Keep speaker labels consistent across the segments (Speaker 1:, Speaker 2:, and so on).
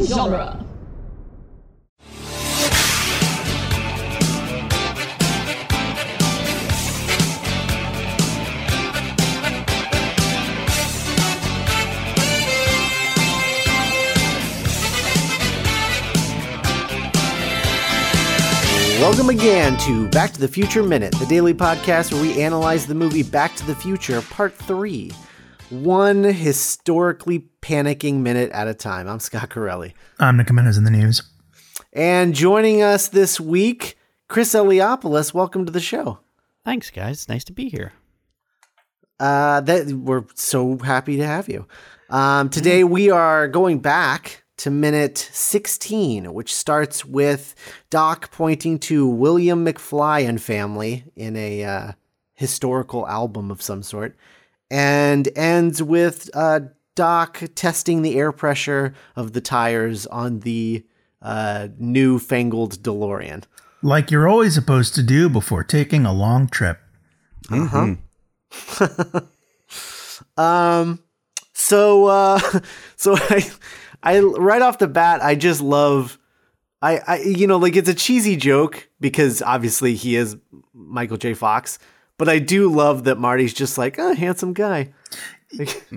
Speaker 1: genre.
Speaker 2: Welcome again to Back to the Future Minute, the daily podcast where we analyze the movie Back to the Future Part 3, one historically panicking minute at a time. I'm Scott Corelli.
Speaker 3: I'm Nick Jimenez in the news.
Speaker 2: And joining us this week, Chris Eliopoulos. Welcome to the show.
Speaker 4: Thanks, guys. Nice to be here.
Speaker 2: Uh, that we're so happy to have you. Um, today we are going back to minute 16, which starts with Doc pointing to William McFly and family in a uh, historical album of some sort, and ends with uh, Doc testing the air pressure of the tires on the uh, newfangled DeLorean.
Speaker 3: Like you're always supposed to do before taking a long trip.
Speaker 2: Um, so uh, so I, I right off the bat, I just love, I, I you know like it's a cheesy joke because obviously he is Michael J. Fox, but I do love that Marty's just like a handsome guy.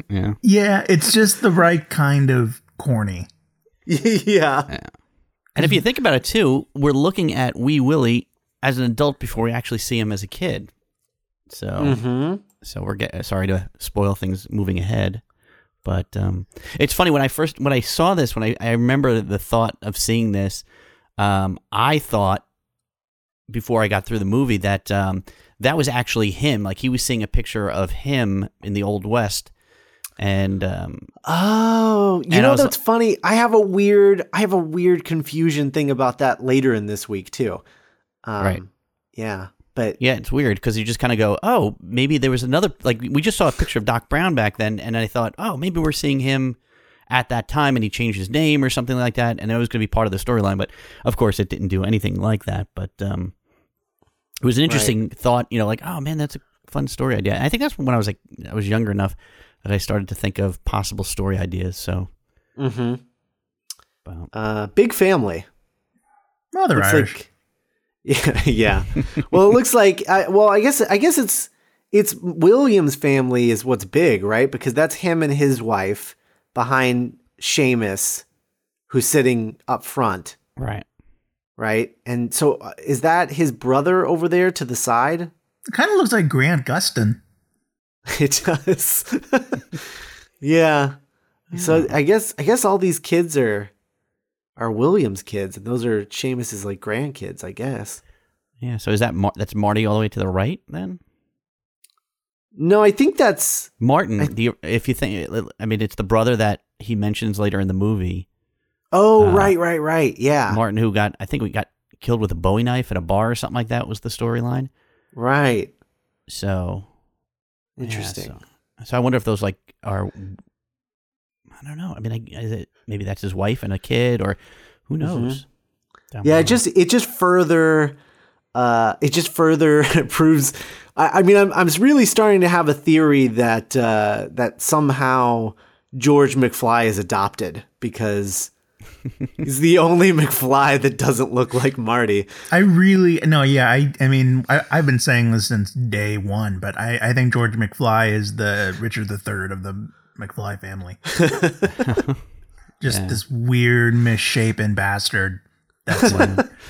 Speaker 4: Yeah.
Speaker 3: Yeah, it's just the right kind of corny.
Speaker 2: yeah,
Speaker 4: And if you think about it too, we're looking at Wee Willie as an adult before we actually see him as a kid. So,
Speaker 2: Hmm.
Speaker 4: Mm-hmm. so we're getting sorry to spoil things moving ahead, but um, it's funny when I first when I saw this when I, I remember the thought of seeing this, um, I thought before I got through the movie that um, that was actually him. Like he was seeing a picture of him in the old west, and um,
Speaker 2: Oh, you
Speaker 4: And I
Speaker 2: know
Speaker 4: was-
Speaker 2: that's funny. I have a weird, I have a weird confusion thing about that later in this week too. Um,
Speaker 4: Right.
Speaker 2: Yeah, but
Speaker 4: Yeah, it's weird because you just kind of go, oh, maybe there was another. Like we just saw a picture of Doc Brown back then, and I thought, oh, maybe we're seeing him at that time, and he changed his name or something like that, and it was going to be part of the storyline. But of course, it didn't do anything like that. But um, it was an interesting thought, you know, like, oh man, that's a fun story idea. And I think that's when I was like, I was younger enough that I started to think of possible story ideas. So, Mm-hmm.
Speaker 2: hmm
Speaker 4: wow.
Speaker 2: uh, big family.
Speaker 3: Well, they're
Speaker 2: It's
Speaker 3: Irish.
Speaker 2: like- yeah, yeah. well, it looks like. I, well, I guess. I guess it's it's Williams' family is what's big, right? Because that's him and his wife behind Seamus, who's sitting up front,
Speaker 4: right?
Speaker 2: right? And so, uh, is that his brother over there to the side?
Speaker 3: it kind of looks like Grant Gustin.
Speaker 2: It does. yeah. So I guess I guess all these kids are are Williams kids, and those are Seamus's like grandkids, I guess.
Speaker 4: Yeah. So is that Mar- that's Marty all the way to the right then?
Speaker 2: No, I think that's
Speaker 4: Martin, the if you think, uh, I mean, it's the brother that he mentions later in the movie.
Speaker 2: Oh,
Speaker 4: Uh,
Speaker 2: right, right, right. Yeah.
Speaker 4: Martin, who got, I think we got killed with a Bowie knife at a bar or something like that, was the storyline.
Speaker 2: right.
Speaker 4: So yeah,
Speaker 2: Interesting.
Speaker 4: so, so I wonder if those like are, I don't know. I mean, I, is it maybe that's his wife and a kid, or who knows? Down
Speaker 2: Mm-hmm. yeah, it
Speaker 4: the road.
Speaker 2: just it just further uh it just further proves I, I mean I'm I'm really starting to have a theory that uh that somehow George McFly is adopted because he's the only McFly that doesn't look like Marty.
Speaker 3: I really no, yeah. I I mean, I, I've been saying this since day one, but I I think George McFly is the Richard the Third of the McFly family. just this weird mishapen bastard. That's like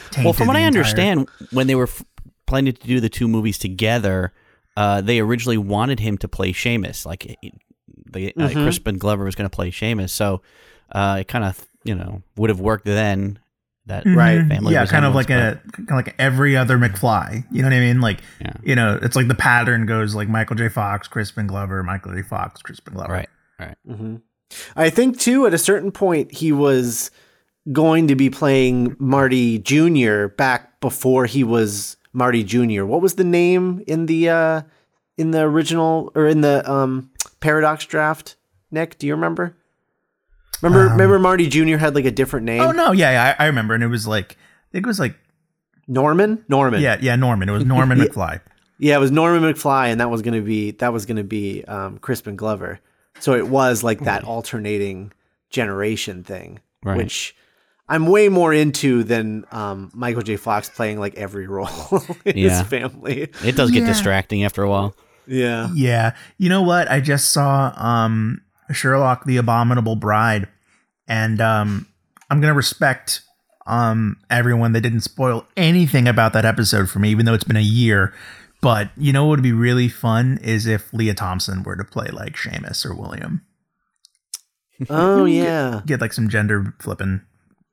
Speaker 3: tainted
Speaker 4: Well, from what
Speaker 3: the
Speaker 4: I
Speaker 3: entire-
Speaker 4: understand, when they were f- planning to do the two movies together, uh, they originally wanted him to play Seamus. Like, it- it- they, uh,
Speaker 3: Mm-hmm.
Speaker 4: Crispin Glover was going to play Seamus. So uh, it kind of, you know, would have worked then. That
Speaker 2: Right.
Speaker 4: family
Speaker 3: Mm-hmm. yeah, kind of like
Speaker 4: resemblance,
Speaker 3: a kind of like every other McFly. You know what I mean? Like,
Speaker 4: Yeah.
Speaker 3: you know, it's like the pattern goes like Michael J. Fox, Crispin Glover, Michael J. Fox, Crispin
Speaker 4: but-
Speaker 3: Glover.
Speaker 4: Right, right.
Speaker 2: Mm-hmm. I think too at a certain point he was going to be playing Marty Jr. back before he was Marty Jr. What was the name in the uh in the original or in the um Paradox draft, Nick? Do you remember? Remember remember Marty Jr. had like a different name?
Speaker 3: Um, Oh no, yeah, yeah I, I remember, and it was like I think it was like
Speaker 2: Norman? Norman.
Speaker 3: yeah, yeah, Norman. It was Norman McFly.
Speaker 2: Yeah, it was Norman McFly and that was gonna be that was gonna be um Crispin Glover. So it was like that alternating generation thing.
Speaker 4: Right.
Speaker 2: Which I'm way more into than um, Michael J. Fox playing like every role in his
Speaker 4: Yeah.
Speaker 2: family.
Speaker 4: It does get
Speaker 3: Yeah.
Speaker 4: distracting after a while.
Speaker 2: Yeah.
Speaker 3: Yeah. You know what? I just saw um Sherlock the Abominable Bride and um I'm going to respect um everyone that didn't spoil anything about that episode for me even though it's been a year. But you know what would be really fun is if Leah Thompson were to play like Seamus or William.
Speaker 2: Oh yeah.
Speaker 3: Get like some gender flipping.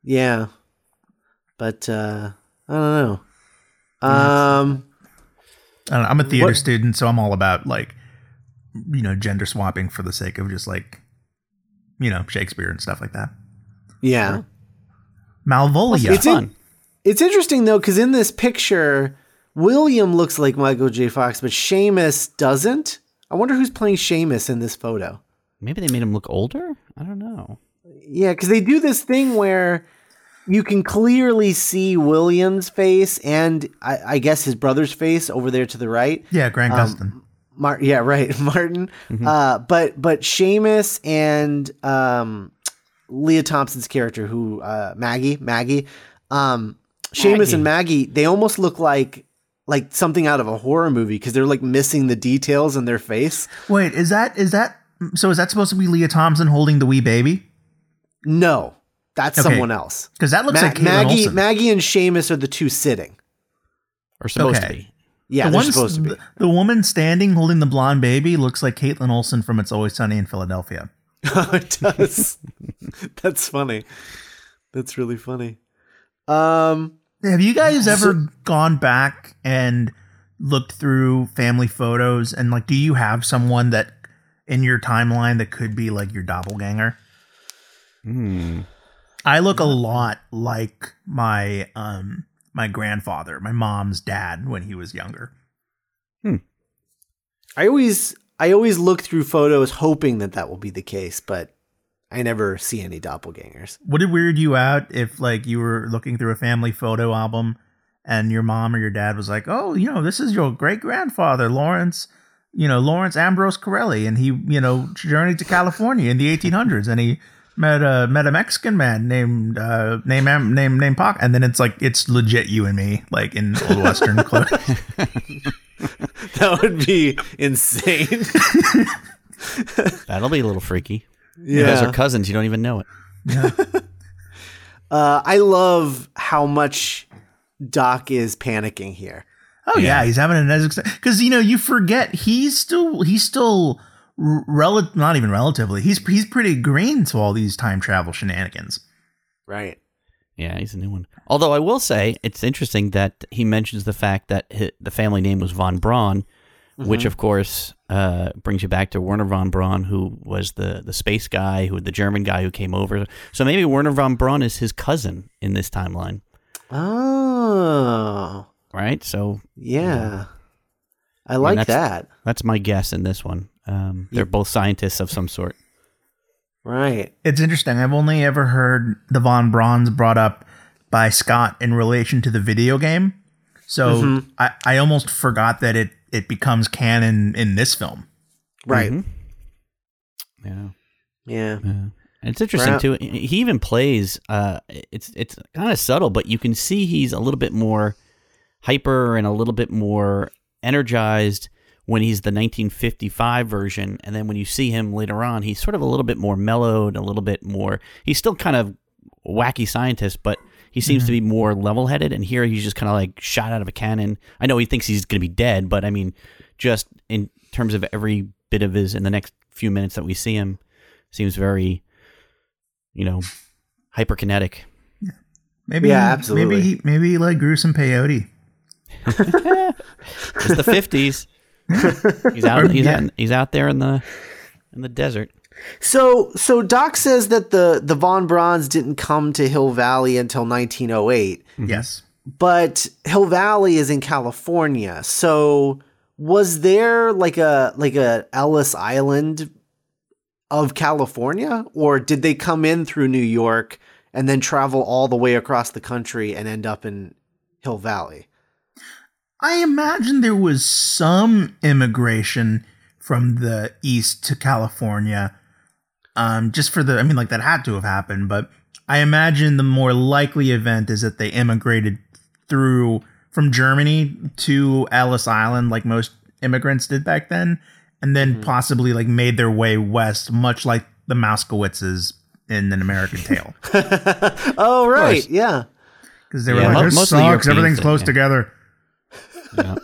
Speaker 2: Yeah. But uh I don't know. Um
Speaker 3: I don't know, I'm a theater
Speaker 2: What-
Speaker 3: student so I'm all about like you know gender swapping for the sake of just like you know Shakespeare and stuff like that.
Speaker 2: yeah.
Speaker 3: Malvolia.
Speaker 4: It's fun.
Speaker 2: It's interesting though cuz in this picture William looks like Michael J. Fox but Seamus doesn't. I wonder who's playing Seamus in this photo.
Speaker 4: Maybe they made him look older. I don't know.
Speaker 2: Yeah, cuz they do this thing where you can clearly see William's face and I, I guess his brother's face over there to the right.
Speaker 3: yeah, Grant Gustin.
Speaker 2: Mar- yeah, right, Martin.
Speaker 3: Mm-hmm.
Speaker 2: Uh, but but Seamus and um, Leah Thompson's character, who uh, Maggie, Maggie, um, Seamus and Maggie, they almost look like like something out of a horror movie because they're like missing the details in their face.
Speaker 3: Wait, is that is that so? Is that supposed to be Leah Thompson holding the wee baby?
Speaker 2: No, that's
Speaker 3: Okay.
Speaker 2: someone else.
Speaker 3: Because that looks
Speaker 2: Ma-
Speaker 3: like Caitlin
Speaker 2: Maggie,
Speaker 3: Olsen.
Speaker 2: Maggie, and Seamus are the two sitting.
Speaker 4: Or supposed to
Speaker 3: Okay.
Speaker 4: be.
Speaker 2: Yeah,
Speaker 3: the,
Speaker 2: they're
Speaker 3: one-
Speaker 2: supposed to be.
Speaker 3: The, the woman standing holding the blonde baby looks like Caitlin Olsen from It's Always Sunny in Philadelphia.
Speaker 2: Oh, it does. that's funny. That's really funny. Um.
Speaker 3: Have you guys ever gone back and looked through family photos and like, do you have someone that in your timeline that could be like your doppelganger?
Speaker 4: Hmm.
Speaker 3: I look a lot like my um my grandfather, my mom's dad when he was younger.
Speaker 2: I always I always look through photos hoping that that will be the case, but I never see any doppelgangers.
Speaker 3: Would it weird you out if like you were looking through a family photo album and your mom or your dad was like, "Oh, you know, this is your great grandfather, Lawrence, you know, Lawrence Ambrose Corelli, and he, you know, journeyed to California in the 1800s, and he met a met a Mexican man named uh, name Am- name name Pac, and then it's like it's legit you and me, like in old western clothes.
Speaker 2: That would be insane.
Speaker 4: That'll be a little freaky. You guys
Speaker 2: yeah.
Speaker 4: are cousins. You don't even know it.
Speaker 2: Uh, I love how much Doc is panicking here.
Speaker 3: Oh yeah, he's having an because you know you forget he's still he's still relative not even relatively he's he's pretty green to all these time travel shenanigans.
Speaker 2: Right.
Speaker 4: Yeah, he's a new one. Although I will say it's interesting that he mentions the fact that hi the family name was von Braun, which of course uh, brings you back to Werner von Braun, who was the the space guy, who the German guy who came over. So maybe Werner von Braun is his cousin in this timeline,
Speaker 2: Oh.
Speaker 4: right? So
Speaker 2: Yeah. I like
Speaker 4: that's-
Speaker 2: that.
Speaker 4: that's my guess in this one. Um, they're both scientists of some sort.
Speaker 2: Right.
Speaker 3: It's interesting. I've only ever heard the von Braun's brought up by Scott in relation to the video game. So
Speaker 2: Mm-hmm.
Speaker 3: I, I almost forgot that it it becomes canon in this film.
Speaker 2: Right.
Speaker 4: Mhm. Mm-hmm. Yeah.
Speaker 2: Yeah.
Speaker 4: Yeah. And It's interesting
Speaker 2: Right.
Speaker 4: too. He even plays. Uh, it's it's kind of subtle, but you can see he's a little bit more hyper and a little bit more energized when he's the 1955 version, and then when you see him later on, he's sort of a little bit more mellowed, a little bit more. He's still kind of wacky scientist, but he seems to be more level-headed. And here he's just kind of like shot out of a cannon. I know he thinks he's going to be dead, but I mean, just in terms of every bit of his in the next few minutes that we see him seems very, you know, hyperkinetic.
Speaker 3: Maybe
Speaker 2: Yeah,
Speaker 3: he-
Speaker 2: absolutely.
Speaker 3: Maybe he maybe he like grew some peyote.
Speaker 4: It's the fifties. he's out. He's out. He's out there in the in the desert.
Speaker 2: So so Doc says that the the Von Braun's didn't come to Hill Valley until 1908.
Speaker 3: Yes.
Speaker 2: but Hill Valley is in California. So was there like a like a Ellis Island of California or did they come in through New York and then travel all the way across the country and end up in Hill Valley?
Speaker 3: I imagine there was some immigration from the east to California. Um, just for the, I mean, like that had to have happened, but I imagine the more likely event is that they immigrated through from Germany to Ellis Island, like most immigrants did back then, and then
Speaker 4: Mm-hmm.
Speaker 3: possibly like made their way west, much like the Moskowitzes in An American Tale,
Speaker 2: oh right,
Speaker 4: course.
Speaker 2: yeah.
Speaker 3: because they were
Speaker 4: Yeah, mo-
Speaker 3: like, "This
Speaker 4: most of the
Speaker 3: sucks.
Speaker 4: European
Speaker 3: Everything's
Speaker 4: thing,
Speaker 3: close
Speaker 4: yeah.
Speaker 3: together."
Speaker 4: Yeah.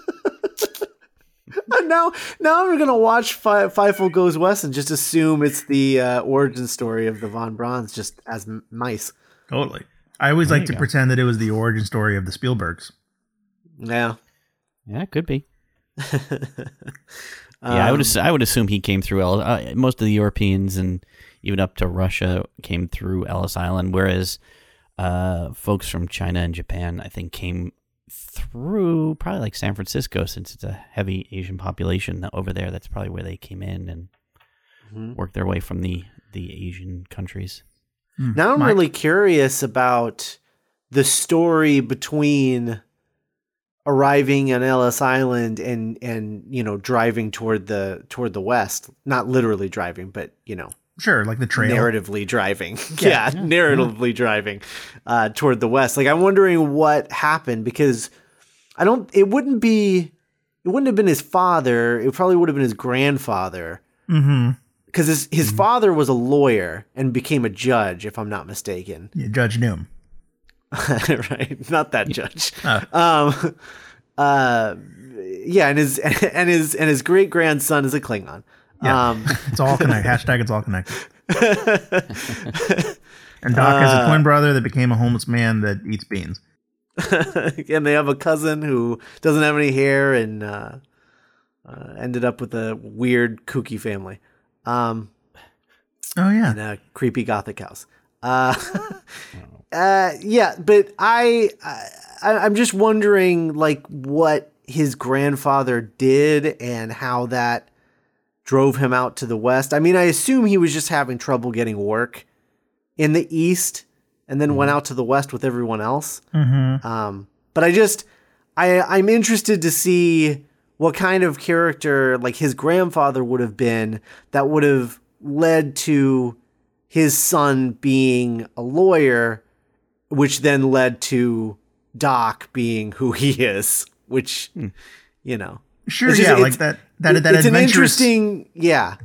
Speaker 2: And now, now we're gonna watch Fe- Feifel Goes West and just assume it's the uh, origin story of the Von Braun's, just as m- mice.
Speaker 3: Totally. I always
Speaker 4: There
Speaker 3: like
Speaker 4: you
Speaker 3: to
Speaker 4: go.
Speaker 3: pretend that it was the origin story of the Spielbergs.
Speaker 2: Yeah.
Speaker 4: Yeah, it could be. yeah, I would.
Speaker 2: Um,
Speaker 4: Assu- I would assume he came through Ellis. Uh, most of the Europeans and even up to Russia came through Ellis Island, whereas uh, folks from China and Japan, I think, came through probably like San Francisco, since it's a heavy Asian population tha- over there. That's probably where they came in and worked their way from the the Asian countries. Hmm.
Speaker 2: Now I'm
Speaker 3: Mike?
Speaker 2: really curious about the story between arriving on Ellis Island and and you know driving toward the toward the west. Not literally driving, but you know
Speaker 3: Sure, like the trail.
Speaker 2: narratively driving. yeah, narratively driving uh, toward the west. Like I'm wondering what happened because I don't. It wouldn't be. It wouldn't have been his father. It probably would have been his grandfather
Speaker 3: hmm
Speaker 2: because his his father was a lawyer and became a judge, if I'm not mistaken.
Speaker 3: Yeah, Judge Noom.
Speaker 2: right, not that judge.
Speaker 3: Oh.
Speaker 2: Um, uh, yeah, and his and his and his great grandson is a Klingon.
Speaker 3: Yeah.
Speaker 2: Um,
Speaker 3: It's all connected. Hashtag it's all connected. and Doc has
Speaker 2: Uh,
Speaker 3: a twin brother that became a homeless man that eats beans.
Speaker 2: and they have a cousin who doesn't have any hair and uh, uh, ended up with a weird kooky family um,
Speaker 3: Oh yeah.
Speaker 2: and a creepy gothic house. Uh, uh, yeah, but I, I I'm just wondering like what his grandfather did and how that drove him out to the west. I mean, I assume he was just having trouble getting work in the east and then went out to the west with everyone else.
Speaker 3: hmm
Speaker 2: Um, but I just I I'm interested to see what kind of character like his grandfather would have been that would have led to his son being a lawyer, which then led to Doc being who he is, which
Speaker 4: Hmm.
Speaker 2: you know.
Speaker 3: Sure.
Speaker 2: It's
Speaker 3: yeah,
Speaker 2: just-
Speaker 3: like
Speaker 2: it's-
Speaker 3: that. That that
Speaker 2: it's an
Speaker 3: adventurous
Speaker 2: interesting yeah.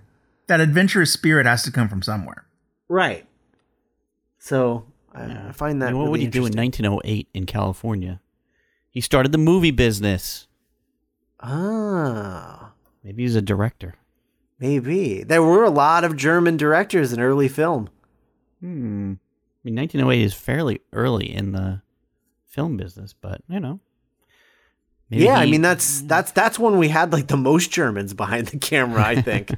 Speaker 3: that adventurous spirit has to come from somewhere.
Speaker 2: Right. So I, I find that
Speaker 4: I mean, what would
Speaker 2: really
Speaker 4: he do in
Speaker 2: interesting.
Speaker 4: 1908 in California? He started the movie business.
Speaker 2: Ah.
Speaker 4: Maybe he's a director.
Speaker 2: Maybe. There were a lot of German directors in early film.
Speaker 4: Hmm. I mean, 1908 is fairly early in the film business, but you know. Maybe Hmm.
Speaker 2: yeah, I
Speaker 4: he-
Speaker 2: mean that's that's that's when we had like the most Germans behind the camera, I think.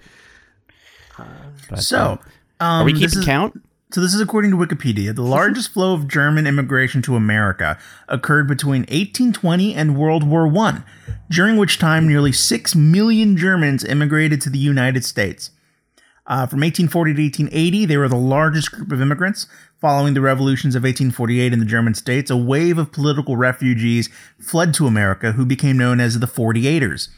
Speaker 4: but,
Speaker 3: So,
Speaker 4: um,
Speaker 3: um,
Speaker 4: are we
Speaker 3: this
Speaker 4: keeping
Speaker 3: is-
Speaker 4: count?
Speaker 3: So this is according to Wikipedia. The largest flow of German immigration to America occurred between 1820 and World War One, during which time nearly six million Germans immigrated to the United States. Uh, from 1840 to 1880, they were the largest group of immigrants. Following the revolutions of 1848 in the German states, a wave of political refugees fled to America, who became known as the 48ers.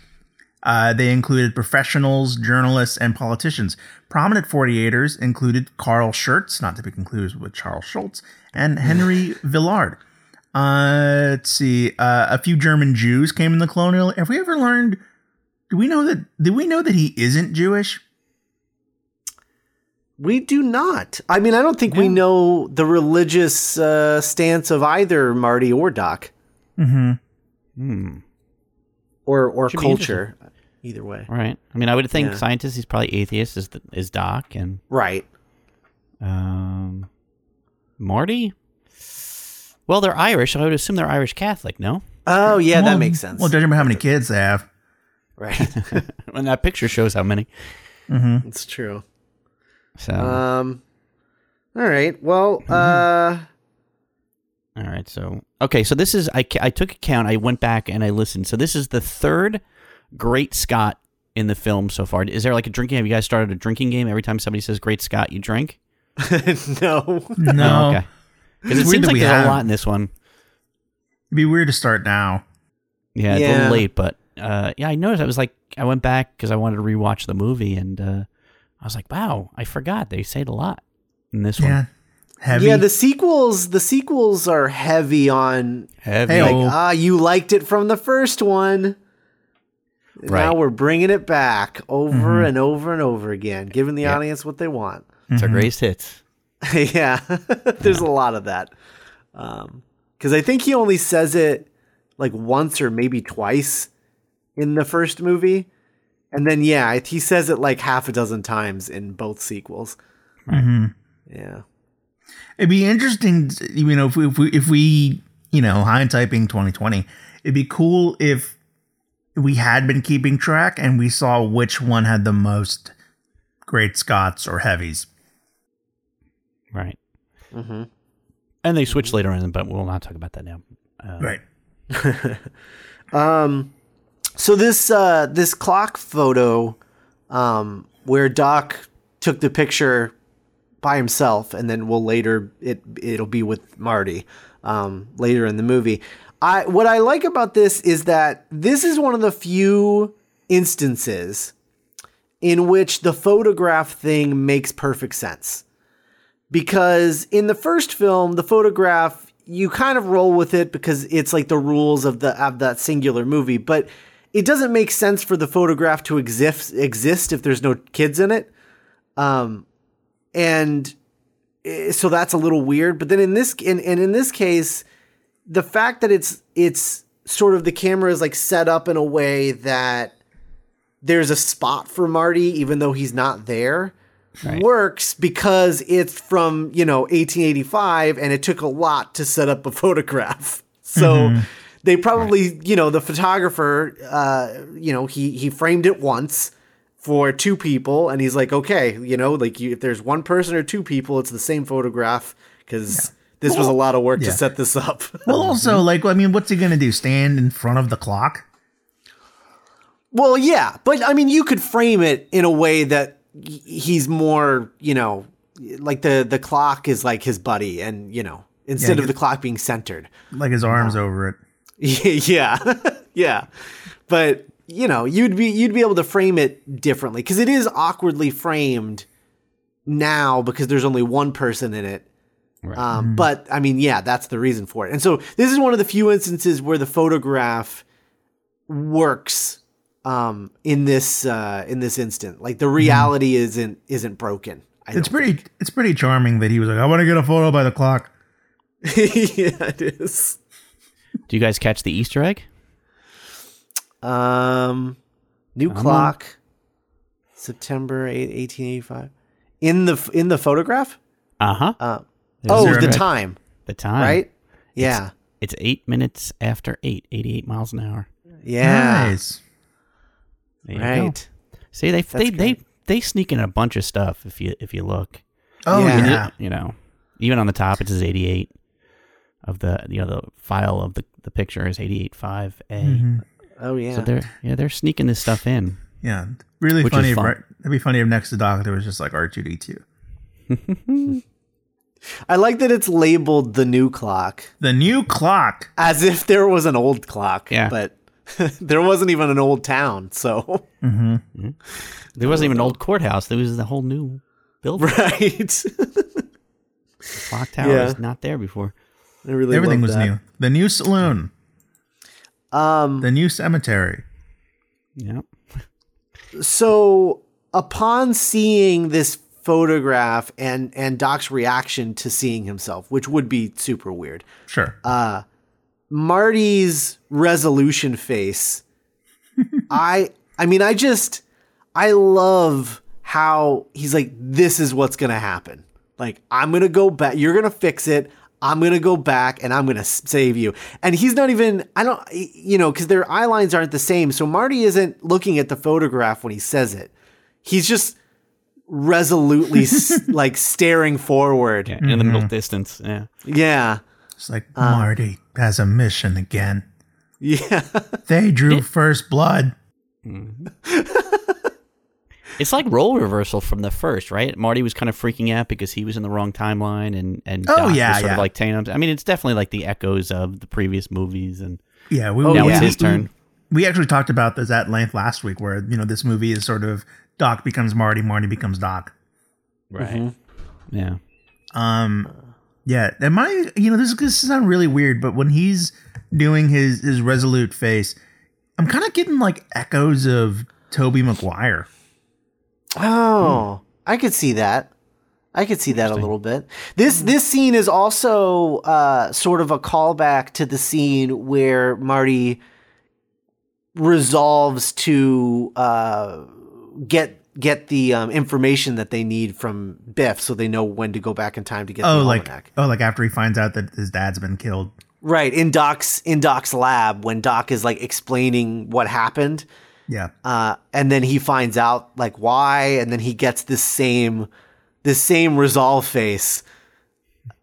Speaker 3: Uh, they included professionals, journalists, and politicians. Prominent 48ers included Carl Schurz, not to be confused with Charles Schultz, and Henry Villard. Uh, let's see. Uh, a few German Jews came in the colonial. Have we ever learned? Do we know that? Do we know that he isn't Jewish?
Speaker 2: We do not. I mean, I don't think we know the religious uh, stance of either Marty or Doc
Speaker 3: Mm-hmm.
Speaker 4: Hmm.
Speaker 2: or or
Speaker 4: Should be
Speaker 2: culture either way.
Speaker 4: All right. I mean, I would think
Speaker 2: Yeah.
Speaker 4: scientist. He's probably atheist. Is the, is Doc and
Speaker 2: Right.
Speaker 4: um, Marty? Well, they're Irish. I would assume they're Irish Catholic. No,
Speaker 2: Oh, yeah, that makes sense.
Speaker 3: Well, judging by how many kids they have.
Speaker 2: right.
Speaker 4: and that picture shows how many.
Speaker 2: it's true.
Speaker 4: So
Speaker 2: Um All right. Well, uh
Speaker 4: All right. So, okay. So this is, I, ca- I took a count. I went back and I listened. So this is the third Great Scott in the film so far. Is there like a drinking? Have you guys started a drinking game? Every time somebody says Great Scott, you drink?
Speaker 2: uh,
Speaker 4: Oh,
Speaker 2: no.
Speaker 3: No,
Speaker 4: okay. Because it
Speaker 3: It's weird
Speaker 4: seems
Speaker 3: that
Speaker 4: like
Speaker 3: we
Speaker 4: there's
Speaker 3: have-
Speaker 4: a lot in this one.
Speaker 3: it'd be weird to start now.
Speaker 4: Yeah. It's a
Speaker 2: Yeah.
Speaker 4: little late, but uh, yeah, I noticed. I was like, I went back because I wanted to rewatch the movie and uh, I was like, wow, I forgot they say it a lot in this
Speaker 3: Yeah.
Speaker 4: one.
Speaker 3: Heavy.
Speaker 2: Yeah, the sequels the sequels are heavy on
Speaker 4: Heavy.
Speaker 3: Hey,
Speaker 2: like
Speaker 3: Oh.
Speaker 2: ah you liked it from the first one. Now
Speaker 4: Right.
Speaker 2: we're bringing it back over and over and over again, giving the audience what they want.
Speaker 3: mm-hmm.
Speaker 4: It's our greatest hits.
Speaker 2: yeah, there's a lot of that. Because I think he only says it like once or maybe twice in the first movie. And then, yeah, he says it like half a dozen times in both sequels. Yeah.
Speaker 3: It'd be interesting, you know, if we, if we, if we you know, hindsight being 2020, it'd be cool if we had been keeping track and we saw which one had the most great Scots or heavies.
Speaker 4: Right. And they switch later on, but we'll not talk about that now.
Speaker 3: Right.
Speaker 2: So this uh, this clock photo, um, where Doc took the picture by himself, and then will later it it'll be with Marty um, later in the movie. I what I like about this is that this is one of the few instances in which the photograph thing makes perfect sense. Because in the first film, the photograph you kind of roll with it because it's like the rules of the of that singular movie, but it doesn't make sense for the photograph to exist exist if there's no kids in it. Um and eh, so that's a little weird, but then in this in, and in this case, the fact that it's it's sort of the camera is like set up in a way that there's a spot for Marty even though he's not there works because it's from you know 1885 and it took a lot to set up a photograph so they probably you know the photographer uh you know he he framed it once for two people and he's like okay you know like you, if there's one person or two people it's the same photograph because this was a lot of work to
Speaker 3: Yeah.
Speaker 2: set this up
Speaker 3: Well, also, like, I mean, what's he going to do? Stand in front of the clock?
Speaker 2: Well, yeah, but I mean, you could frame it in a way that y- he's more, you know, like the the clock is like his buddy, and you know, instead of the clock being centered,
Speaker 3: Like his arms over it.
Speaker 2: yeah, yeah. But you know, you'd be you'd be able to frame it differently because it is awkwardly framed now because there's only one person in it.
Speaker 4: Right.
Speaker 2: Um, But I mean, yeah, that's the reason for it. And so this is one of the few instances where the photograph works um, in this uh, in this instant. Like the reality isn't isn't broken. I
Speaker 3: It's
Speaker 2: don't
Speaker 3: pretty. It's pretty charming that he was like, "I want to get a photo by the clock."
Speaker 2: think. yeah, it is.
Speaker 4: Do you guys catch the Easter egg?
Speaker 2: Um, new clock, September 8, 1885. In the in the photograph.
Speaker 4: Uh-huh. Uh
Speaker 2: Oh,
Speaker 3: there
Speaker 2: the
Speaker 3: a-
Speaker 2: time,
Speaker 4: The time.
Speaker 2: right? Yeah,
Speaker 4: It's eight minutes after eight, 88 miles an hour.
Speaker 2: yeah,
Speaker 3: Nice.
Speaker 4: There you go.
Speaker 2: right.
Speaker 4: See, they they, they they sneak in a bunch of stuff if you if you look.
Speaker 3: Oh
Speaker 2: Yeah.
Speaker 3: yeah.
Speaker 4: You know, even on the top it says 88 of the you know the file of the, the picture is 885A. Mm-hmm.
Speaker 2: Oh yeah.
Speaker 4: So they're yeah, they're sneaking this stuff in.
Speaker 3: Yeah, really
Speaker 4: Which is
Speaker 3: funny. If,
Speaker 4: fun.
Speaker 3: right, it'd be funny if next to Doctor was just like R two D two.
Speaker 2: I like that it's labeled the new clock.
Speaker 3: The new clock.
Speaker 2: as if there was an old clock.
Speaker 4: Yeah.
Speaker 2: But there wasn't even an old town, so
Speaker 4: There wasn't even an old courthouse. There was a whole new building.
Speaker 2: right.
Speaker 4: Clock tower
Speaker 2: Yeah.
Speaker 4: was not there before.
Speaker 2: I really
Speaker 3: Everything
Speaker 2: love
Speaker 3: was
Speaker 2: that.
Speaker 3: new. The new saloon.
Speaker 2: Um
Speaker 3: The new cemetery.
Speaker 4: Yeah.
Speaker 2: so upon seeing this photograph and and Doc's reaction to seeing himself, which would be super weird.
Speaker 3: Sure.
Speaker 2: uh, Marty's resolution face. I I mean I just I love how he's like this is what's going to happen. Like I'm going to go back you're going to fix it. I'm going to go back and I'm going to save you. And he's not even I don't you know cuz their eye lines aren't the same. So Marty isn't looking at the photograph when he says it. He's just resolutely s- like staring forward.
Speaker 4: Yeah, in the
Speaker 2: Mm-hmm.
Speaker 4: middle distance. Yeah.
Speaker 2: Yeah.
Speaker 3: it's like
Speaker 2: uh,
Speaker 3: Marty has a mission again.
Speaker 2: Yeah.
Speaker 3: They drew first blood.
Speaker 4: It's like role reversal from the first, right? Marty was kind of freaking out because he was in the wrong timeline, and and
Speaker 3: Oh,
Speaker 4: Doc was
Speaker 3: yeah,
Speaker 4: sort
Speaker 3: yeah.
Speaker 4: of like Thanos. I mean, it's definitely like the echoes of the previous movies, and
Speaker 3: Oh, Yeah, we,
Speaker 2: Oh,
Speaker 4: now
Speaker 3: we,
Speaker 4: it's
Speaker 3: we-
Speaker 4: his turn.
Speaker 3: we actually talked about this at length last week, where you know this movie is sort of Doc becomes Marty. Marty becomes Doc.
Speaker 4: Right. Yeah.
Speaker 3: Um, yeah, am I? You know, this is this is sound really weird, but when he's doing his his resolute face, I'm kind of getting like echoes of Toby Maguire.
Speaker 2: Oh,
Speaker 3: Hmm.
Speaker 2: I could see that. I could see that a little bit. This
Speaker 3: Hmm.
Speaker 2: this scene is also uh, sort of a callback to the scene where Marty resolves to uh, get get the um, information that they need from Biff, so they know when to go back in time to get
Speaker 3: Oh,
Speaker 2: the
Speaker 3: like
Speaker 2: almanac.
Speaker 3: oh, like after he finds out that his dad's been killed.
Speaker 2: Right in Doc's in Doc's lab when Doc is like explaining what happened.
Speaker 3: Yeah,
Speaker 2: uh, and then he finds out like why, and then he gets this same this same resolve face,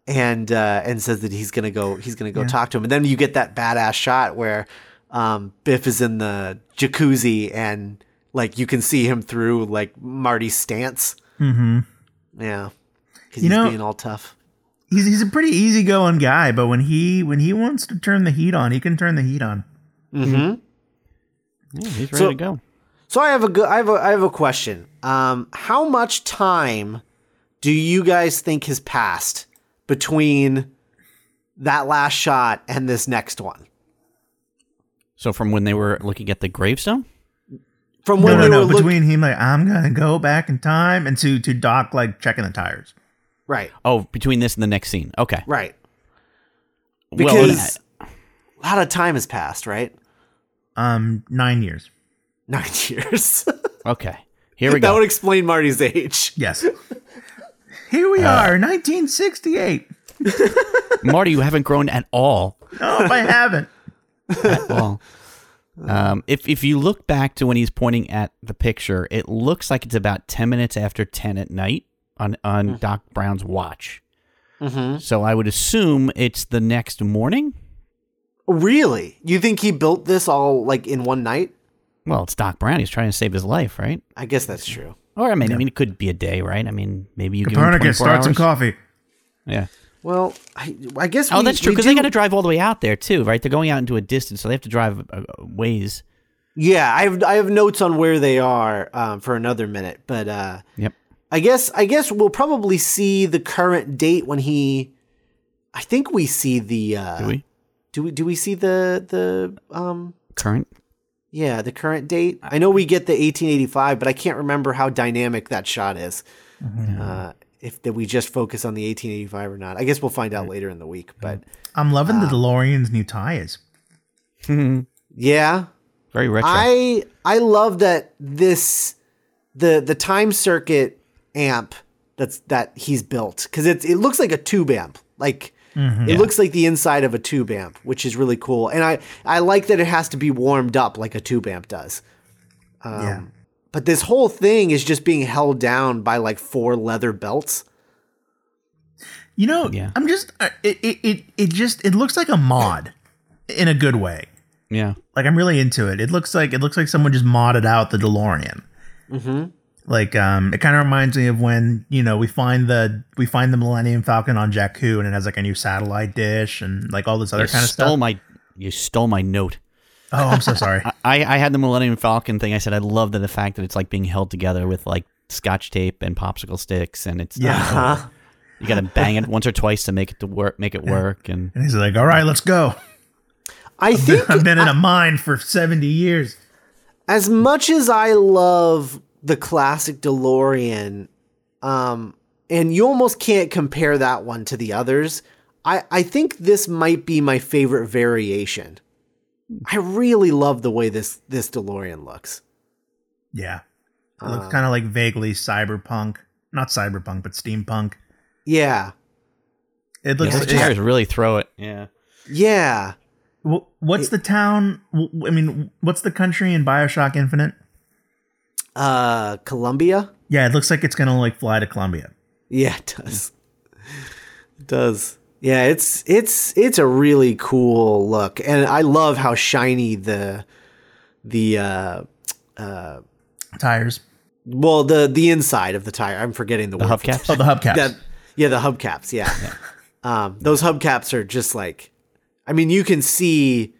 Speaker 2: and uh, and says that he's gonna go he's gonna go talk to him, and then you get that badass shot where um, Biff is in the jacuzzi and like you can see him through like Marty's stance. Mm-hmm. Yeah, 'Cause he's
Speaker 3: You know-
Speaker 2: being all tough.
Speaker 3: he's he's a pretty easygoing guy, but when he when he wants to turn the heat on, he can turn the heat on.
Speaker 4: Yeah, he's ready
Speaker 2: So-
Speaker 4: to go.
Speaker 2: So I have a good I have a I have a question. Um, how much time do you guys think has passed between that last shot and this next one?
Speaker 4: So from when they were looking at the gravestone?
Speaker 2: From
Speaker 3: No,
Speaker 2: when
Speaker 3: no,
Speaker 2: they
Speaker 3: no.
Speaker 2: were looking
Speaker 3: Between him, like I'm gonna go back in time, and to to Doc, like checking the tires.
Speaker 2: right,
Speaker 4: Oh, between this and the next scene. Okay.
Speaker 2: right.
Speaker 4: Well,
Speaker 2: Because a lot of time has passed, right?
Speaker 3: Um, nine years.
Speaker 2: Nine years.
Speaker 4: okay. Here we
Speaker 2: that
Speaker 4: go.
Speaker 2: would explain Marty's age.
Speaker 3: Yes. Here we
Speaker 4: Uh,
Speaker 3: are, 1968.
Speaker 4: Marty, you haven't grown at all.
Speaker 3: No, if I haven't.
Speaker 4: At all. Um, if if you look back to when he's pointing at the picture, it looks like it's about ten minutes after ten at night on on Doc Brown's watch. So I would assume it's the next morning.
Speaker 2: Really? You think he built this all like in one night?
Speaker 4: Well, it's Doc Brown. He's trying to save his life, right?
Speaker 2: I guess that's true.
Speaker 4: Or I mean, I mean, it could be a day, right? I mean, maybe you
Speaker 3: Copernicus,
Speaker 4: give him 24
Speaker 3: start some
Speaker 4: hours.
Speaker 3: coffee.
Speaker 4: Yeah.
Speaker 2: Well, I, I guess.
Speaker 4: Oh,
Speaker 2: we-
Speaker 4: that's true
Speaker 2: we
Speaker 4: because they
Speaker 2: do-
Speaker 4: got to drive all the way out there too, right? They're going out into a distance, so they have to drive a, a ways.
Speaker 2: Yeah, I have I have notes on where they are um, for another minute, but uh,
Speaker 4: Yep.
Speaker 2: I guess I guess we'll probably see the current date when he. I think we see the. Uh,
Speaker 4: Do we
Speaker 2: Do we do we see the the um
Speaker 4: current?
Speaker 2: yeah the current date? I know we get the 1885, but I can't remember how dynamic that shot is.
Speaker 4: Mm-hmm.
Speaker 2: Uh, if that we just focus on the 1885 or not, I guess we'll find out later in the week. But
Speaker 3: I'm loving
Speaker 4: Uh,
Speaker 3: the DeLorean's new tires.
Speaker 2: yeah,
Speaker 4: Very retro.
Speaker 2: I I love that this the the time circuit amp that's that he's built because it's it looks like a tube amp like it looks like the inside of a tube amp which is really cool and I I like that it has to be warmed up like a tube amp does
Speaker 4: um,
Speaker 3: yeah.
Speaker 2: but this whole thing is just being held down by like four leather belts
Speaker 3: You know,
Speaker 4: Yeah.
Speaker 3: I'm just uh, it, it it it just it looks like a mod in a good way.
Speaker 4: yeah.
Speaker 3: Like I'm really into it. It looks like it looks like someone just modded out the DeLorean. Mm-hmm. Like um, it kind of reminds me of when you know we find the we find the Millennium Falcon on Jakku and it has like a new satellite dish and like all this other
Speaker 4: You
Speaker 3: kind of
Speaker 4: stole
Speaker 3: stuff.
Speaker 4: my you stole my note.
Speaker 3: oh, I'm so sorry.
Speaker 4: I, I had the Millennium Falcon thing. I said I love that the fact that it's like being held together with like scotch tape and popsicle sticks, and it's uh,
Speaker 3: Yeah.
Speaker 2: huh
Speaker 4: you got to bang it once or twice to make it to work, make it work, and
Speaker 3: And he's like, "All right, let's go."
Speaker 2: I think
Speaker 3: I've been in a mine for 70 years.
Speaker 2: as much as I love the classic DeLorean, um, and you almost can't compare that one to the others, I, I think this might be my favorite variation. I really love the way this this DeLorean looks.
Speaker 3: Yeah. It looks
Speaker 4: Uh.
Speaker 3: kind of like vaguely cyberpunk. Not cyberpunk, but steampunk.
Speaker 2: Yeah.
Speaker 3: It
Speaker 4: yeah,
Speaker 3: looks
Speaker 4: the
Speaker 3: like
Speaker 4: tires really throw it. Yeah,
Speaker 2: Yeah.
Speaker 3: Wh- What's the town? wh- I mean, what's the country in Bioshock Infinite?
Speaker 2: Uh Columbia?
Speaker 3: Yeah, it looks like it's going to like fly to Columbia.
Speaker 2: Yeah, it does. it does. Yeah, it's it's it's a really cool look, and I love how shiny the the uh,
Speaker 3: Tires.
Speaker 2: Well, the the inside of the tire. I'm forgetting the,
Speaker 4: the
Speaker 2: word.
Speaker 4: hubcaps.
Speaker 3: Oh, the hubcaps.
Speaker 2: That, yeah, the hubcaps. Yeah, Um, those hubcaps are just like. I mean, you can see.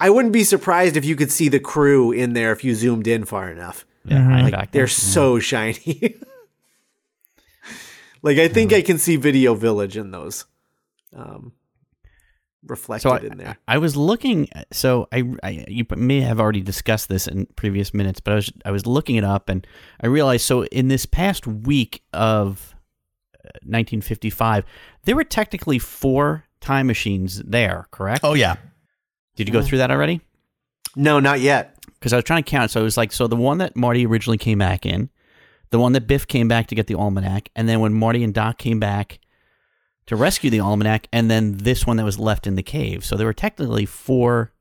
Speaker 2: I wouldn't be surprised if you could see the crew in there if you zoomed in far enough.
Speaker 4: Yeah,
Speaker 3: Mhm.
Speaker 4: I'm
Speaker 3: Like,
Speaker 4: back
Speaker 2: They're
Speaker 4: there.
Speaker 2: so shiny. like I think I can see Video Village in those, um, reflected
Speaker 4: so I,
Speaker 2: in there.
Speaker 4: I I was looking. So I, I, you may have already discussed this in previous minutes, but I was, I was looking it up, and I realized. So in this past week of uh, 1955, there were technically four time machines there. Correct?
Speaker 3: Oh yeah.
Speaker 4: Did you go through that already?
Speaker 2: No, not yet.
Speaker 4: Because I was trying to count. So it was like, so the one that Marty originally came back in, the one that Biff came back to get the almanac, and then when Marty and Doc came back to rescue the almanac, and then this one that was left in the cave. So there were technically four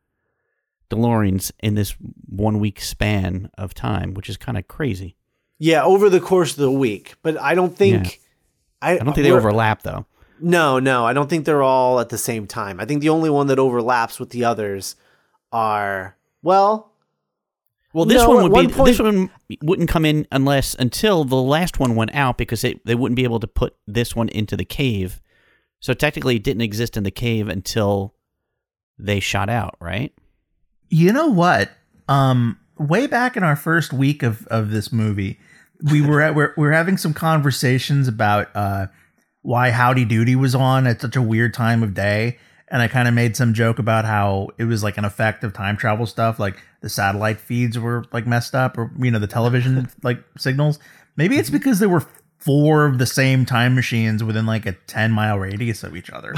Speaker 4: DeLoreans in this one week span of time, which is kind of crazy.
Speaker 2: Yeah, over the course of the week, but I don't think. I,
Speaker 4: I don't think they
Speaker 2: we're-
Speaker 4: overlap though.
Speaker 2: No, no, I don't think they're all at the same time. I think the only one that overlaps with the others are well,
Speaker 4: Well, this
Speaker 2: No,
Speaker 4: one
Speaker 2: at
Speaker 4: would
Speaker 2: one
Speaker 4: be
Speaker 2: point-
Speaker 4: this one wouldn't come in unless until the last one went out because it, they wouldn't be able to put this one into the cave. So technically, it didn't exist in the cave until they shot out, right?
Speaker 3: You know what? Um, way back in our first week of, of this movie, we were at, we're, we're having some conversations about uh, why Howdy Doody was on at such a weird time of day, and I kind of made some joke about how it was like an effect of time travel stuff, like the satellite feeds were like messed up, or you know the television like signals. Maybe it's because there were four of the same time machines within like a ten mile radius of each other.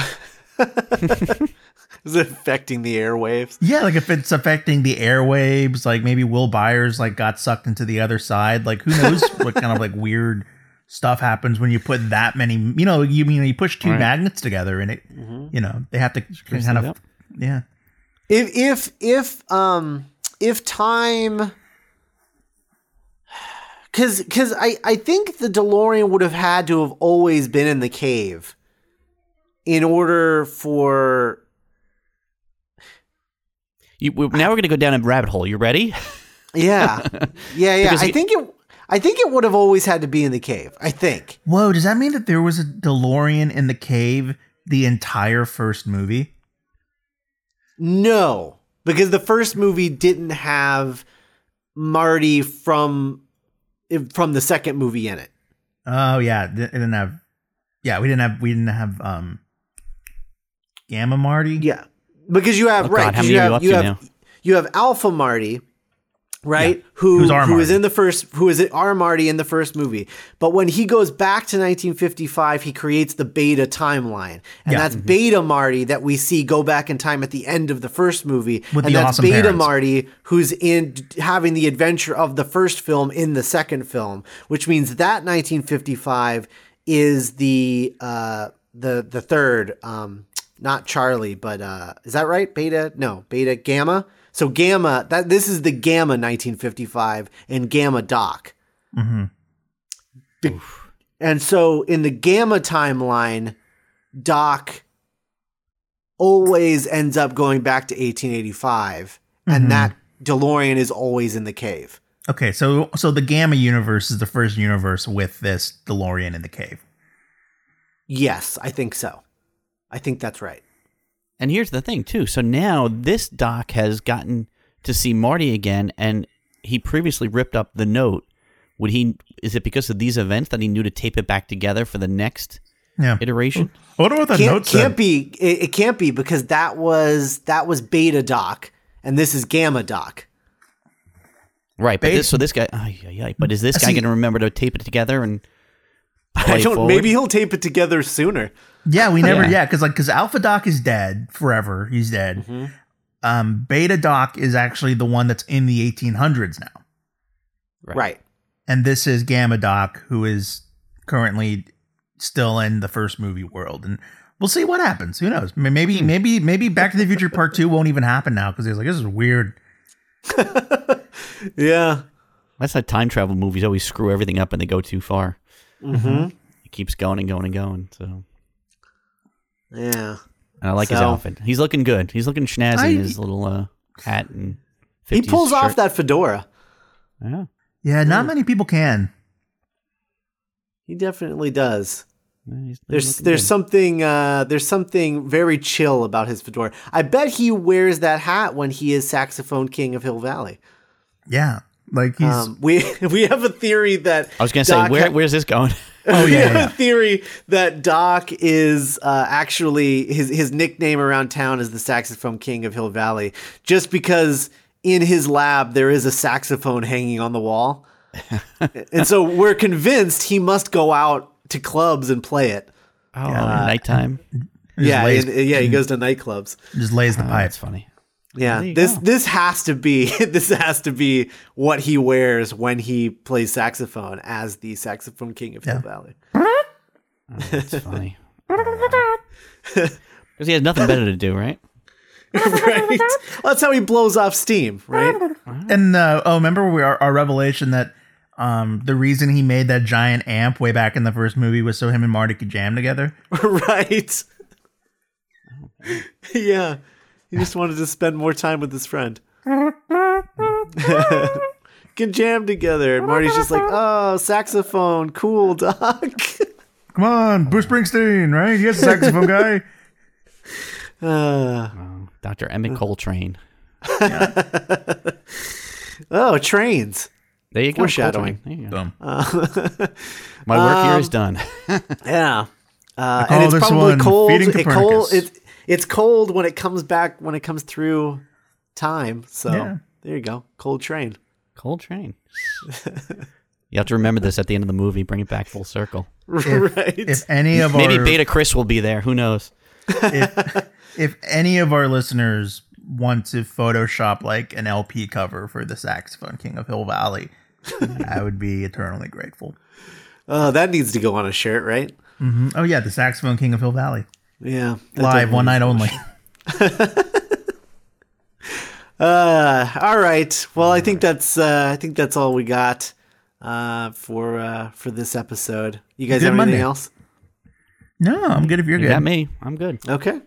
Speaker 2: is it affecting the airwaves?
Speaker 3: Yeah, like if it's affecting the airwaves, like maybe Will Byers like got sucked into the other side. Like who knows what kind of like weird stuff happens when you put that many. You know, you mean you push two
Speaker 4: Right.
Speaker 3: magnets together and it.
Speaker 4: Mm-hmm.
Speaker 3: You know, they have to kind
Speaker 4: it
Speaker 3: of.
Speaker 4: up.
Speaker 3: Yeah.
Speaker 2: If if if um if time cuz cuz I I think the DeLorean would have had to have always been in the cave in order for
Speaker 4: You, we, now we're going to go down a rabbit hole. You ready?
Speaker 2: yeah. Yeah, yeah.
Speaker 4: Because
Speaker 2: I
Speaker 4: he-
Speaker 2: think it I think it would have always had to be in the cave. I think.
Speaker 3: Whoa! Does that mean that there was a DeLorean in the cave the entire first movie?
Speaker 2: No, because the first movie didn't have Marty from from the second movie in it.
Speaker 3: Oh yeah, it didn't have. Yeah, we didn't have. We didn't have. um Gamma Marty.
Speaker 2: Yeah, because you have
Speaker 4: Oh, God,
Speaker 2: right.
Speaker 4: how
Speaker 2: 'cause
Speaker 4: many
Speaker 2: you
Speaker 4: are you
Speaker 2: have
Speaker 4: up
Speaker 2: you
Speaker 4: to
Speaker 2: have
Speaker 4: now?
Speaker 2: you have Alpha Marty, right? Who
Speaker 3: Who's our
Speaker 2: who is
Speaker 3: Marty.
Speaker 2: in the first who is our Marty in the first movie? But when he goes back to 1955, he creates the Beta timeline, and
Speaker 3: Yeah.
Speaker 2: that's
Speaker 4: Mm-hmm.
Speaker 2: Beta Marty that we see go back in time at the end of the first movie,
Speaker 3: With
Speaker 2: and
Speaker 3: the
Speaker 2: that's
Speaker 3: awesome
Speaker 2: Beta
Speaker 3: parents.
Speaker 2: Marty who's in having the adventure of the first film in the second film, which means that 1955 is the uh, the the third, um, not Charlie, but uh, is that right? Beta, no, Beta Gamma. So Gamma, that this is the Gamma 1955 and Gamma Doc.
Speaker 3: Mm-hmm.
Speaker 2: Be- and so in the Gamma timeline, Doc always ends up going back to 1885,
Speaker 3: Mm-hmm.
Speaker 2: and that DeLorean is always in the cave.
Speaker 3: Okay, so so the Gamma universe is the first universe with this DeLorean in the cave.
Speaker 2: Yes, I think so. I think that's right.
Speaker 4: And here's the thing, too. So now this doc has gotten to see Marty again, and he previously ripped up the note. Would he? Is it because of these events that he knew to tape it back together for the next
Speaker 3: Yeah.
Speaker 4: iteration?
Speaker 3: I wonder what that
Speaker 2: Can't,
Speaker 3: note
Speaker 2: can't
Speaker 3: said.
Speaker 2: be. It, it can't be because that was that was Beta Doc, and this is Gamma Doc.
Speaker 4: Right, but
Speaker 3: Bas-
Speaker 4: this, so this guy, ay, ay, ay, but is this guy
Speaker 3: See-
Speaker 4: going to remember to tape it together and play
Speaker 2: I don't.
Speaker 4: forward?
Speaker 2: Maybe he'll tape it together sooner.
Speaker 3: yeah, we never.
Speaker 4: Yeah.
Speaker 3: Yeah, because like because Alpha Doc is dead forever. He's dead.
Speaker 2: Mm-hmm.
Speaker 3: Um, Beta Doc is actually the one that's in the 1800s now,
Speaker 4: Right.
Speaker 2: right.
Speaker 3: and this is Gamma Doc, who is currently still in the first movie world, and we'll see what happens. Who knows? May- Maybe
Speaker 2: Hmm.
Speaker 3: maybe maybe Back to the Future Part Two won't even happen now because he's like this is weird.
Speaker 2: Yeah.
Speaker 4: That's how time travel movies always screw everything up and they go too far.
Speaker 2: Mm-hmm.
Speaker 4: It keeps going and going and going. So, and
Speaker 2: Yeah.
Speaker 4: I like his
Speaker 2: So-
Speaker 4: outfit. He's looking good. He's looking schnazzy
Speaker 3: I-
Speaker 4: in his little uh, hat and.
Speaker 2: He
Speaker 4: 50s
Speaker 2: pulls off
Speaker 4: shirt.
Speaker 2: that fedora.
Speaker 4: Yeah.
Speaker 3: Yeah, not
Speaker 2: Hmm.
Speaker 3: many people can.
Speaker 2: He definitely does.
Speaker 4: Yeah, he's- he's
Speaker 2: There's
Speaker 4: looking
Speaker 2: there's
Speaker 4: good.
Speaker 2: something uh, there's something very chill about his fedora. I bet he wears that hat when he is saxophone king of Hill Valley.
Speaker 3: Yeah. Like he's
Speaker 2: Um, we we have a theory that
Speaker 4: I was gonna say,
Speaker 2: Doc
Speaker 4: where
Speaker 2: ha-
Speaker 4: where's this going?
Speaker 3: oh
Speaker 2: we have
Speaker 3: yeah, yeah.
Speaker 2: a theory that Doc is uh, actually his his nickname around town is the saxophone king of Hill Valley, just because in his lab there is a saxophone hanging on the wall, and so we're convinced he must go out to clubs and play it.
Speaker 4: Oh, nighttime.
Speaker 3: Just
Speaker 2: yeah,
Speaker 3: lays-
Speaker 2: and- yeah, he goes to nightclubs.
Speaker 3: just lays
Speaker 2: uh,
Speaker 3: the
Speaker 4: Oh,
Speaker 3: pipes.
Speaker 4: that's funny.
Speaker 2: Yeah,
Speaker 4: you
Speaker 2: this
Speaker 4: go.
Speaker 2: this has to be this has to be what he wears when he plays saxophone as the saxophone king of Hill Valley.
Speaker 4: That's funny. Because he has nothing better to do, right?
Speaker 2: right? That's how he blows off steam, right?
Speaker 3: And uh, oh, remember we our, our revelation that um the reason he made that giant amp way back in the first movie was so him and Marty could jam together.
Speaker 2: right. yeah. He just wanted to spend more time with his friend. Can jam together. And Marty's just like, oh, saxophone, cool, doc.
Speaker 3: Come on, Bruce Springsteen, right? Yes, saxophone guy.
Speaker 2: Uh,
Speaker 4: Dr. Emmett Coltrane.
Speaker 2: oh, trains.
Speaker 4: There you go.
Speaker 2: Foreshadowing. Um,
Speaker 4: Coltrane. There you go.
Speaker 3: Boom.
Speaker 4: My work here is done.
Speaker 2: Yeah. Uh,
Speaker 3: call
Speaker 2: and it's
Speaker 3: this
Speaker 2: probably
Speaker 3: oh, one
Speaker 2: cold.
Speaker 3: Feeding
Speaker 2: It cold
Speaker 3: Copernicus.
Speaker 2: it, it's cold when it comes back, when it comes through time. So
Speaker 3: Yeah.
Speaker 2: there you go. Cold train.
Speaker 4: Coltrane. you have to remember this at the end of the movie. Bring it back full circle.
Speaker 2: right.
Speaker 3: If any of
Speaker 4: Maybe
Speaker 3: our
Speaker 4: Beta Chris will be there. Who knows?
Speaker 3: if, if any of our listeners want to Photoshop like an LP cover for the saxophone king of Hill Valley, I would be eternally grateful.
Speaker 2: Oh, that needs to go on a shirt, right?
Speaker 3: Mm, Oh yeah, the saxophone king of Hill Valley
Speaker 2: Yeah. that
Speaker 3: live
Speaker 2: definitely-
Speaker 3: one night only.
Speaker 2: Uh, all right. Well, I think that's uh, I think that's all we got uh, for uh, for this episode. You guys
Speaker 3: Good
Speaker 2: have anything
Speaker 3: Monday.
Speaker 2: else?
Speaker 3: No, I'm good if you're
Speaker 4: You
Speaker 3: good.
Speaker 4: got me. I'm good.
Speaker 2: Okay.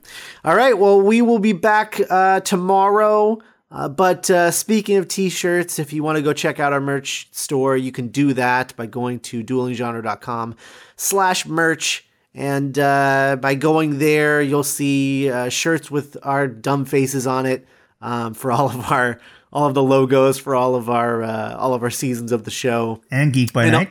Speaker 2: All right. Well, we will be back uh, tomorrow. Uh, but uh, speaking of t-shirts, if you want to go check out our merch store, you can do that by going to duelinggenre.com slash merch. And uh, by going there, you'll see uh, shirts with our dumb faces on it um, for all of our all of the logos for all of our uh, all of our seasons of the show
Speaker 3: And Geek by Night.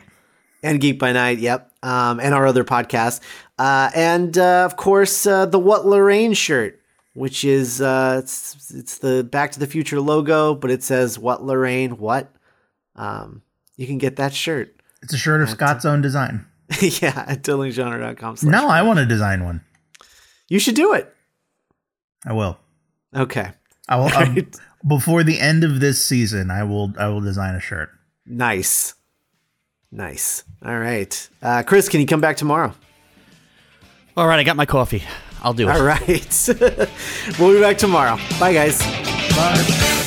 Speaker 2: and Geek by Night. Yep, um, and our other podcasts, uh, and uh, of course uh, the What Lorraine shirt, which is uh, it's it's the Back to the Future logo, but it says What Lorraine What. Um, you can get that shirt.
Speaker 3: It's a shirt of Scott's own design.
Speaker 2: yeah, at duelinggenre.com. slash-
Speaker 3: No, I want to design one.
Speaker 2: you should do it.
Speaker 3: I will.
Speaker 2: Okay,
Speaker 3: I will. um,
Speaker 2: Right.
Speaker 3: before the end of this season, I will. I will design a shirt.
Speaker 2: nice, nice. All right, uh, Chris, can you come back tomorrow?
Speaker 4: All right, I got my coffee. I'll do it.
Speaker 2: All right, we'll be back tomorrow. Bye, guys.
Speaker 3: Bye.